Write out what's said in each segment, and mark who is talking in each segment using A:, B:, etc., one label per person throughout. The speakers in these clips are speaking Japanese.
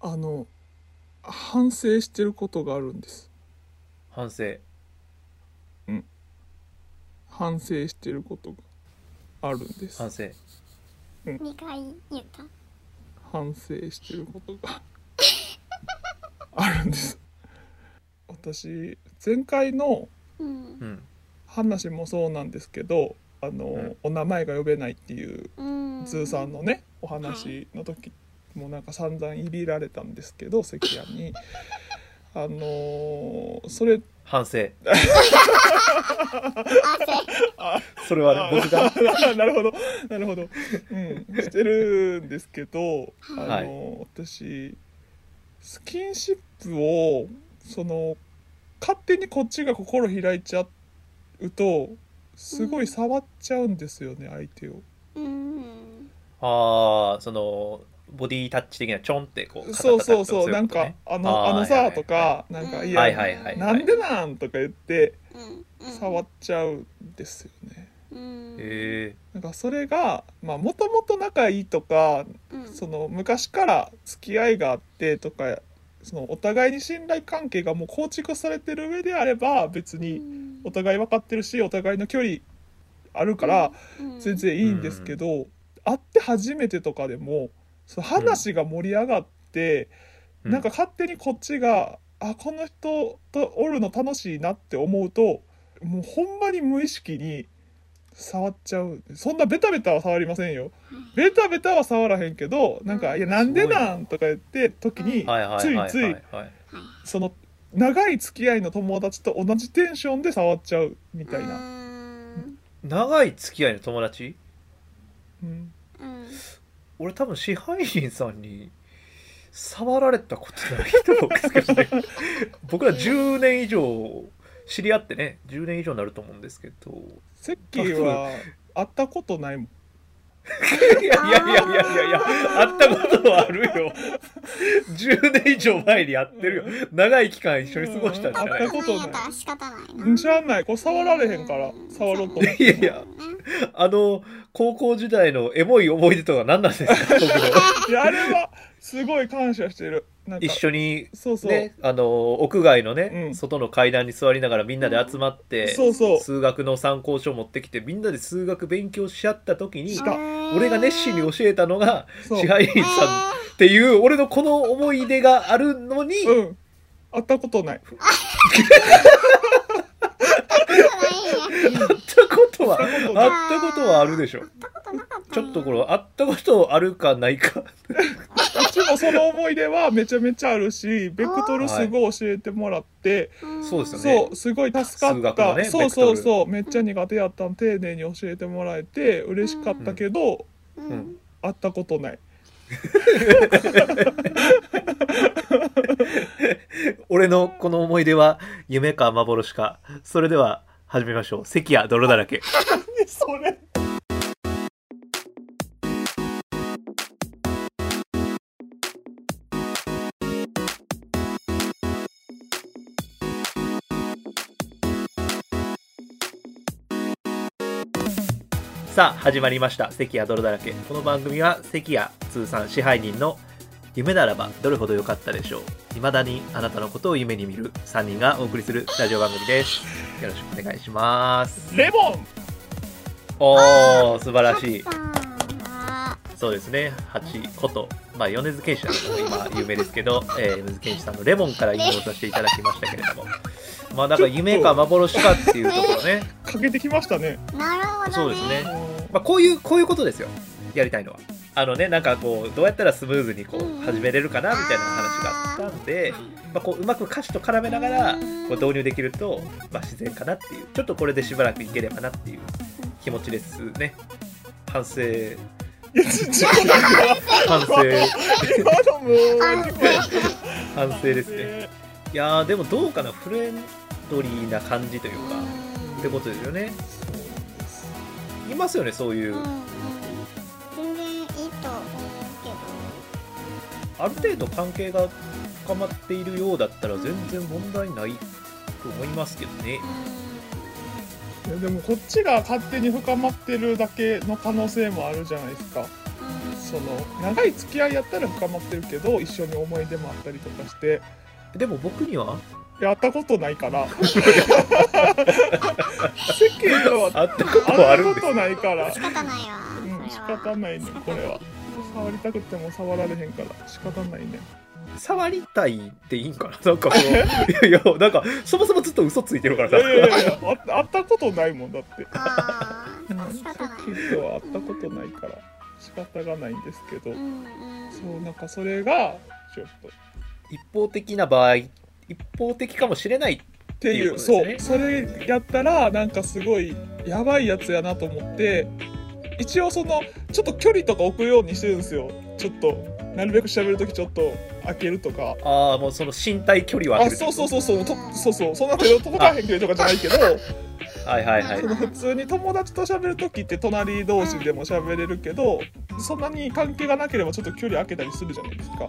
A: あの反省してることがあるんです
B: 反省
A: 反省してることがあるんです
B: 反省
C: 二回言った。
A: 反省してることがあるんです私前回の
C: うん
B: う。ん
A: 話もそうなんですけどあの、
B: うん
A: お名前が呼べないっていう
C: うん。
A: ズーさんのねお話の時もなんか散々いびられたんですけど関谷にあのーそれ
B: 反省
C: 汗。
B: それはね僕が
A: なるほどなるほど、うん、してるんですけどあの
B: はい
A: ー私スキンシップをその勝手にこっちが心開いちゃうとすごい触っちゃうんですよね、相手を。
C: うん。
B: ああそのボディタッチ的なチョンってこう
A: そう
B: 肩
A: そうそ
B: 叩くと
A: う、
B: い
A: なん
B: こと
A: か
B: ね、
A: あ
B: あ
A: の、
B: ー
A: あの
B: はいは
A: さ
B: い
A: とか、なんか、いや、
B: はいはいはい
A: なんでなんとか言って、
C: うん。
A: 触っちゃうんですよね。
C: うん。
B: へ
A: なんか、それが、まあ、もともと仲いいとか、
C: うん。
A: その、昔から付き合いがあってとか、その、お互いに信頼関係がもう構築されてる上であれば、別
C: う
A: に、
C: ん
A: お互い分かってるし、お互いの距離あるから、全。然いいんですけど、会って初めてとかでも、その話が盛り上がって、
B: え
A: なんか勝手にこっちが、あ、この人とおるの楽しいなって思うと、もうほんまに無意識に触っちゃう。そんなベタベタは触りませんよ。ベタベタは触らへんけど、なんか、
C: うん
A: いや、なんでなんとか言って、時に
B: はいはい、
A: つ
B: はいい
A: つ
B: はい
A: い、
B: はい
A: その、長い付き合いの友達と同じテンションで触っちゃうみ
C: み
A: たいな。。
B: 長い付き合いの友達
A: うん、
C: うん。
B: 俺多分支配人さんに触られたことないと思うんですけどね 僕ら10年以上知り合ってね10年以上になると思うんですけど
A: セッキーは会ったことないもん。
B: いやいやいやいやいやいや会ったことはあるよ10年以上前にやってるよ長い期間一緒に過ごしたんじゃない
A: 会った
C: こ
A: こととないい
C: なやったら仕方ないな。
A: うん知らんない。これ触られへんから、触ろうと思っ
B: い
A: て
B: やいやあの高校時代のエモい思い出とか何なんですか僕の
A: いや、あれは、すごい感謝してる。なんか
B: 一緒に
A: そうそう、
B: ね、あの屋外のね、
A: うん
B: 外の階段に座りながらみんなで集まって、
A: そうそう
B: 数学の参考書を持ってきてみんなで数学勉強し合った時に
A: しか
B: 俺が熱心に教えたのが
A: そう
B: 支配人さんっていう俺のこの思い出があるのに、
A: うん会ったことない
C: え
B: あったことはあ
A: 会ったことない
B: ったことはあるでしょちょっとこれあったことあるかないか
A: うちもその思い出はめちゃめちゃあるしベクトルすごい教えてもらって、
B: そうですよね
A: そうすごい助か
B: 数
A: っ
B: 学の
A: た、
B: ね
A: そうそうそうめっ
C: トル
A: ちゃ苦手やったん丁寧に教えてもらえて嬉しかったけど、
C: うんん。
A: 会ったことない
B: 俺のこの思い出は夢か幻かそれでは始めましょう関や泥だらけ
A: 何それ
B: さあ始まりました「関谷泥だらけ」この番組は関谷通算支配人の夢ならばどれほど良かったでしょう未だにあなたのことを夢に見る3人がお送りするラジオ番組ですよろしくお願いします
A: レモン
B: おお素晴らしい
C: あ
B: そうですね8ことまあ米津玄師さんも今有名ですけど、えー米津玄師さんの「レモン」から引用させていただきましたけれどもまあだから夢か幻かっていうところ ね
A: かけてきましたね
C: ーなるほどね。
B: そうですね
A: うん
B: まあ、こういうこういうことですよやりたいのはあのねなんかこうどうやったらスムーズにこ
C: うん
B: う始めれるかなみたいな話があったんで、まあ、こううまく歌詞と絡めながらこう導入できると、まあ、自然かなっていうちょっとこれでしばらくいければなっていう気持ちですね反省
A: いやちちょっと待って
B: 反省
A: 今のもう
B: 反省ですねいやーでもどうかなフレンドリーな感じというかってことですよね
A: そうです
B: いますよねそういううん
C: うん全然いいと思うけど。
B: ある程度関係が深まっているようだったら全然問題ないと思いますけどね
A: いやでもこっちが勝手に深まってるだけの可能性もあるじゃないですか
C: う
A: そ
C: ん
A: の長い付き合いやったら深まってるけど一緒に思い出もあったりとかして
B: でも僕 には
A: やったことないから世間は
B: 会ったことは
A: 会
B: ある
A: った
B: んで
A: ことないから
C: 仕方ないわ。
A: うん仕
C: それは
A: 方ないねこれは触りたくても触られへんから仕方ないね
B: す触りたいっていいんかななんかその いやいやなんかそもそもずっと嘘ついてるから
A: いやいや
B: さ
A: いやあ会ったことないもんだって
C: あ
A: うん
C: あ、仕
A: さっ
C: 方ない。
A: きとは会ったことないから仕方がないんですけど
C: うんうん。
A: そうなんかそれがちょっとっ
B: 一方的な場合一方的かもしれない
A: ていう
B: っていうこと
A: そ
B: で
A: うそれやったらなんかすごいやばいやつやなと思って一応そのちょっと距離とか置くようにしてるんですよちょっとなるべく喋るときちょっと開けるとか
B: ああもうその身体距離を
A: あ
B: 空ける
A: そうそうそうそうとそうそうそんな手届かへんけどとかじゃないけど
B: はいはいはい
A: その普通に友達と喋る時って隣同士でも喋れるけどそんなに関係がなければちょっと距離空けたりするじゃないですか
B: は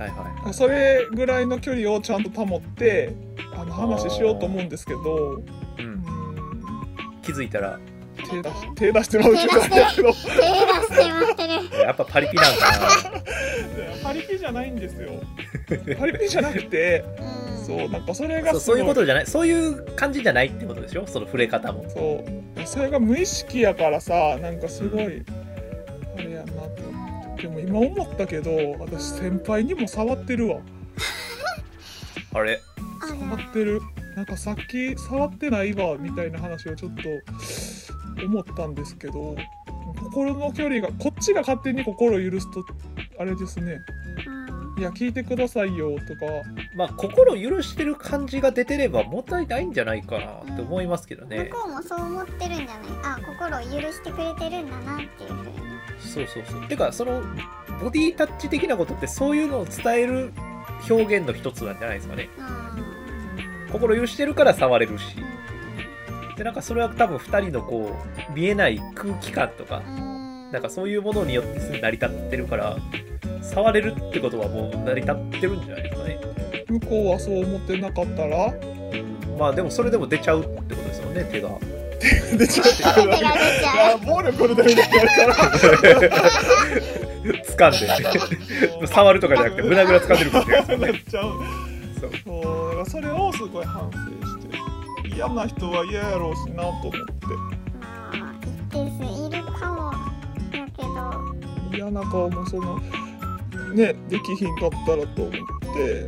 B: いはい
A: それぐらいの距離をちゃんと保ってあの話しようと思うんですけど
B: う、
A: うんん
B: 気づいたら
A: 手出し手出してもらうけどだ けど
C: 手出してまってる。
B: やっぱパリピなんかな
A: パリピじゃないんですよパリピじゃなくて
C: うん。
A: そうなんかそれ
B: そ
A: が
B: う
A: す
B: そう
A: ごい
B: いうことじゃないそういう感じじゃないってことでしょその触れ方も
A: そうそれが無意識やからさなんかすごいあれやなと思ってでも今思ったけど私先輩にも触ってるわ
B: あれ
C: あ
A: 触
C: の、
A: ってるなんかさっき触ってないわみたいな話をちょっと思ったんですけど心の距離がこっちが勝手に心を許すとあれですね「いや聞いてくださいよ」とか
B: まあ心許してる感じが出てれば問題ないんじゃないかなって思いますけど
C: うん。向
B: ね
C: こうもそう思ってるんじゃない。あ、心を許してくれてるんだなっていうふうに。
B: そうそうそうてかそのボディタッチ的なことってそういうのを伝える表現の一つなんじゃないですかね
C: うん。
B: 心許してるから触れるし
C: う
B: でなんかそれは多分2人のこう見えない空気感とか
C: ん。
B: なんかそういうものによってすでに成り立ってるから触れるってことはもう成り立ってるんじゃないですかね
A: 向こうはそう思ってなかった ら
B: まあでもそれでも出ちゃうってことですよね手が
A: 出ちゃって
C: 手が出ちゃう。
A: 暴力みたいになるから
B: 掴んで触るとかじゃなくて胸ぐら掴んでるかもしれないですよ
A: なっ
B: ね
A: ちゃう
B: そう
A: そうだからそれをすごい反省して嫌な人は嫌やろうしなと思っ
C: まあ、一定数いるかも。だけど。
A: て嫌な顔もそのねできひんかったらと思って、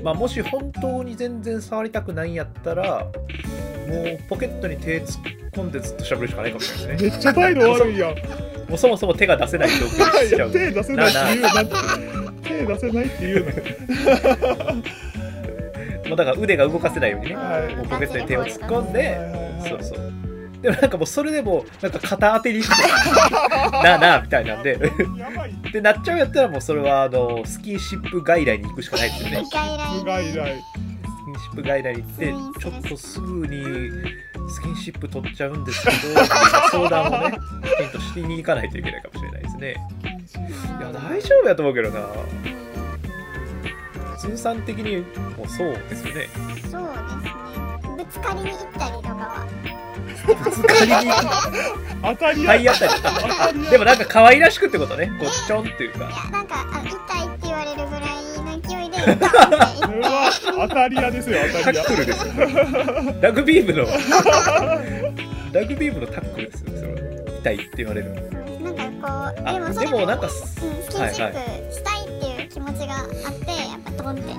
B: まあ、もし本当に全然触りたくないんやったらもうポケットに手突っ込んでずっとしゃべるしかないかもしれない
A: め
B: です ね
A: っちゃ態度悪いやんい
B: もうそもそも手が出せない状況にしちゃ
A: や
B: う
A: 手出せないって言うなって手出せないって言うな
B: もうだから腕が動かせないようにね
A: はい
B: もうポケットに手を突っ込んで
A: はいはい
B: そ
A: はい
B: うそうでもなんかもうそれでもなんか肩当てにして なあなあみたいなんで
A: やばい
B: でなっちゃうんやったらもうそれはあのスキンシップ外来に行くしかないですよね
C: 外来
A: イライライ
B: スキンシップ外来に行って
C: うん
B: ちょっとすぐにスキンシップ取っちゃうんですけど 相談をねきちんとしに行かないといけないかもしれないですねいや大丈夫やと思うけどな通算的にもそうですよね
C: そうですね。ぶつかりに行ったりとかは。
B: ぶつかりに
A: 当たり合い
B: 体当たりあでもなんか可愛らしくってことねごっちょんっていう
C: い
B: か
C: や、なんか、あ、痛いって言われるぐらいの勢いで、ドーンって
A: これは当たり屋ですよ当た
B: タ
A: り屋
B: ックルですよラグビー部 のラグビー部のタックルですよそれ痛いって言われる
C: なんかこう
B: あ
C: でもそ
B: で
C: れも
B: もなんか
C: うん、ス
B: す
C: キンシップしたいっていう気持ちがあってやっぱドンって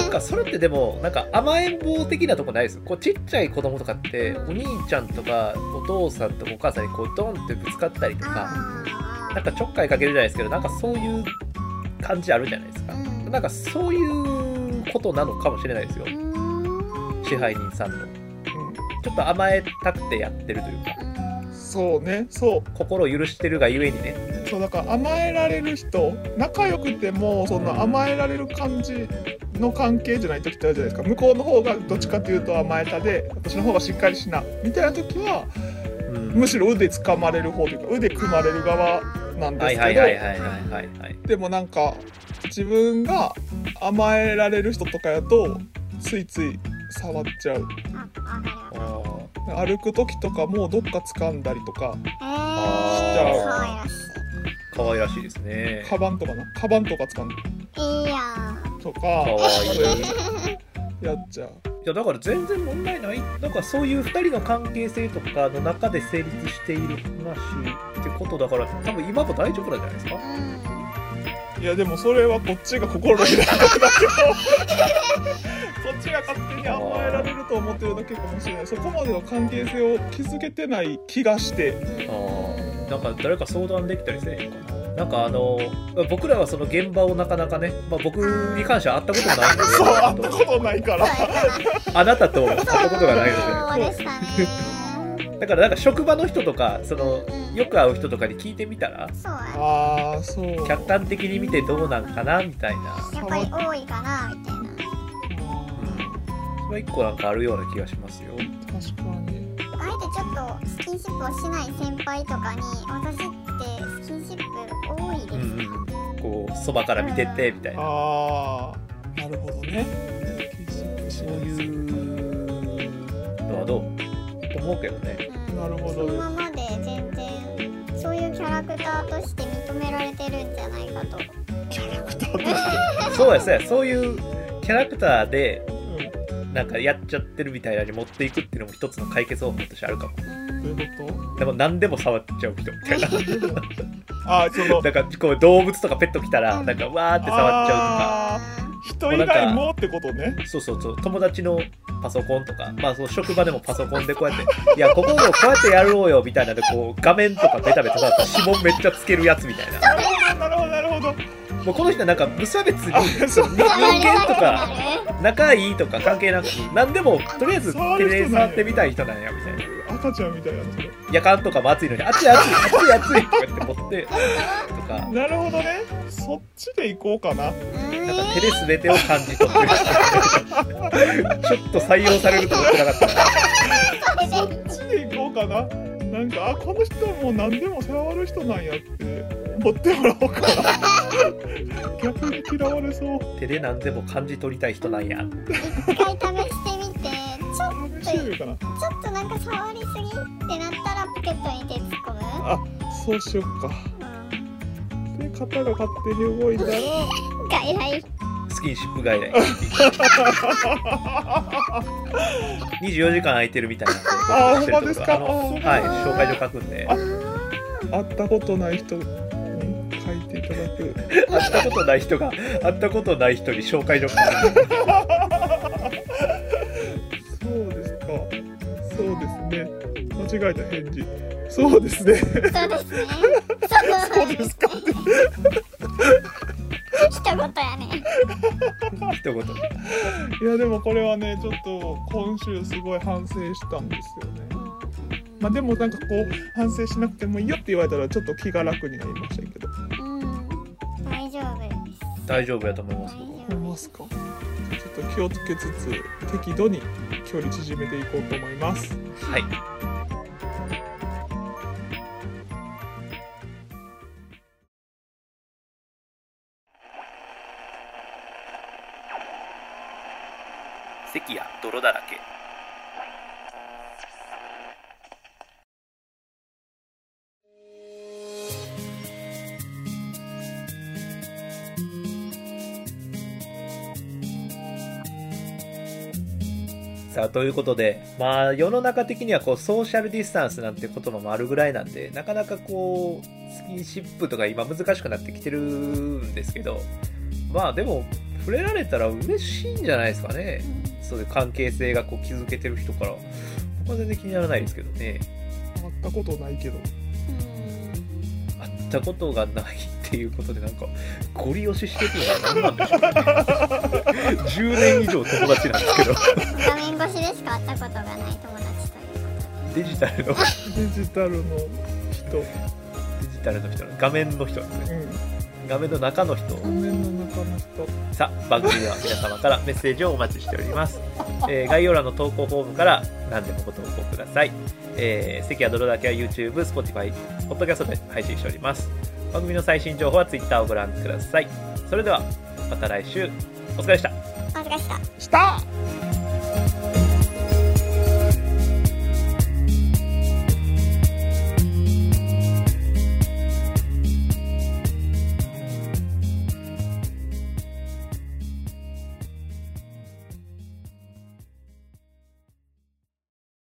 B: なんかそれってでもなんか甘えん坊的なとこないですこうちっちゃい子供とかってお兄ちゃんとかお父さんとかお母さんにこうドンってぶつかったりとか
C: あ
B: なんかちょっかいかけるじゃないですけどなんかそういう感じあるじゃないですか
C: うん
B: なんかそういうことなのかもしれないですよ
C: ーうーん
B: 支配人さんの
A: う
B: ちょっと甘えたくてやってるというか
A: んそうねそう
B: 心を許してるがゆえにね
A: そうだから甘えられる人仲良くてもそんな甘えられる感じの関係じゃない時ってあるじゃないですか向こうの方がどっちかというと甘えたで私の方がしっかりしなみたいな時は
B: うん
A: むしろ腕掴まれる方というか腕組まれる側なんで
B: は
A: すけ
B: い
A: ど、
B: はいはいはいはいはいはい
A: でもなんか自分が甘えられる人とかやとついつい触っちゃう
C: あわかりま
B: あ
C: す
B: ー
A: 歩く時とかもどっか掴んだりとか
C: え
B: あ
C: ー、かわい
B: 可愛ら
C: らしい
B: しいですね。
A: カバンとかなカバンとか使うん
C: いいやん
A: とか
B: 可愛い
A: そういうやっちゃう
B: いやだから全然問題ないなんかそういう2人の関係性とかの中で成立している話ってことだから多分今も大丈夫なんじゃないですか
C: うん
A: いやでもそれはこっちが心の開きなんだけどこっちが勝手に甘えられると思ってるだけかもしれないそこまでの関係性を築けてない気がして
B: あなんか誰か相談できたりせえへんかななんかあの僕らはその現場をなかなかね、まあ、僕に関しては会ったことないんですけ
A: そ
B: ど
A: うあったことないから
B: あなたと会ったことがないので
C: そうでしたね
B: だからなんか職場の人とかその
C: うん
B: よく会う人とかに聞いてみたら
C: そうや
A: ああそう
B: 客観的に見てどうなんかなみたいな、
C: やっぱり多いかなみたいな
B: うん、それは一個なんかあるような気がしますよ
A: 確かに
C: あえてちょっとスキンシップをしない先輩とかに私ってスキンシップ多いです
B: う
C: か、
B: んうんうんこうそばから見ててみたいな
A: ああなるほどねそういう
B: のはどう思うけどね
C: うん
A: なるほ
C: その
A: ど
C: ままで全然そういうキャラクターとして認められてるんじゃないか と
A: キャラクターとして
B: そうやそうやそういうキャラクターで
A: うん
B: なんかやっちゃってるみたいなのに持っていくっていうのも一つの解決方法としてあるかも
A: どういうこ
B: でも何でも触っちゃう人みたいな
A: とあーその
B: なんかこう動物とかペット来たらなんかわーって触っちゃう
A: あ
C: う
A: 人以外もってことね
B: とかそうそうそう友達のパソコンとかまあその職場でもパソコンでこうやって「いやここをこうやってやろうよ」みたいなでこう画面とかベタベタ触ったら指紋めっちゃつけるやつみたい
A: な
B: な
A: るほどなるほど
B: もうこの人はなんか無差別
A: あ
B: に
A: そう
B: 人間とか
C: なる
B: 仲いいとか関係なく何でもとりあえず手で触ってみたい人なんやみたいな
A: 赤ちゃんみたいなそれ
B: 夜間とかも暑いのに暑い暑い暑い暑いとかって持ってとか
A: なるほどねそっちで行こうかな
C: うん
B: なんか手で全てを感じ取ってるちょっと採用されると思ってなかったな
A: そっちで行こうかななんかあこの人もう何でも触る人なんやって思ってもらおうかな逆に嫌われそう
B: 手で何でも感じ取りたい人なんや
C: 一回試してみてちょ
A: 試してみるかな
C: ちょっとなんか触りすぎってなったらポケットに手突っ込む、
A: あそうしよっか
C: うん、
A: で肩が勝手に動いたら
C: 外来
B: スキンシップ 外来24時間空いてるみたいな
A: あーほんまですか
B: あの
A: あー
B: はい
A: ほんま
B: 紹介状書くんで
A: 会ったことない人に書いていただく
B: 会ったことない人が会ったことない人に紹介状書く
A: そうですか。そうですね。間違えた返事。そうですね。
C: そうです ね。
A: そうですか。
C: 一言やね。
B: 一言で
A: いやでもこれはね、ちょっと今週すごい反省したんですよね。まあでもなんかこう反省しなくてもいいよって言われたらちょっと気が楽になりましたけど。
C: うん。大丈夫です。
B: 大丈夫やと思います
C: 大
A: 思い
C: 丈夫
A: ますか。ちょっと気をつけつつ適度に距離縮めていこうと思います。
B: はい席や泥だらけさあということで、まあ、世の中的にはこうソーシャルディスタンスなんて言葉もあるぐらいなんでなかなかこうスキンシップとか今難しくなってきてるんですけどまあでも触れられたら嬉しいんじゃないですかねそういう関係性がこう築けてる人から僕は全然気にならないですけどね
A: 会ったことないけど。
B: 会ったことがないっていうことでなんかゴリ押ししてくるのは何なんでしょうね 10年以上友達なんですけど
C: 画面越しでしか会ったことがない友達というこ
B: デジタルのデ
A: デジタルの人。
B: ジタルの人の画面の人ですね
A: うん。
B: 画面の中の人
A: 画面の中の人。
B: さあ番組では皆様からメッセージをお待ちしております、えー概要欄の投稿フォームから何でもご投稿ください、えー、関は泥だけは YouTube、Spotify、Podcast で配信しております番組の最新情報は Twitter をご覧くださいそれではまた来週お疲れでした
C: と。お疲れ様でした。
A: した。
C: 「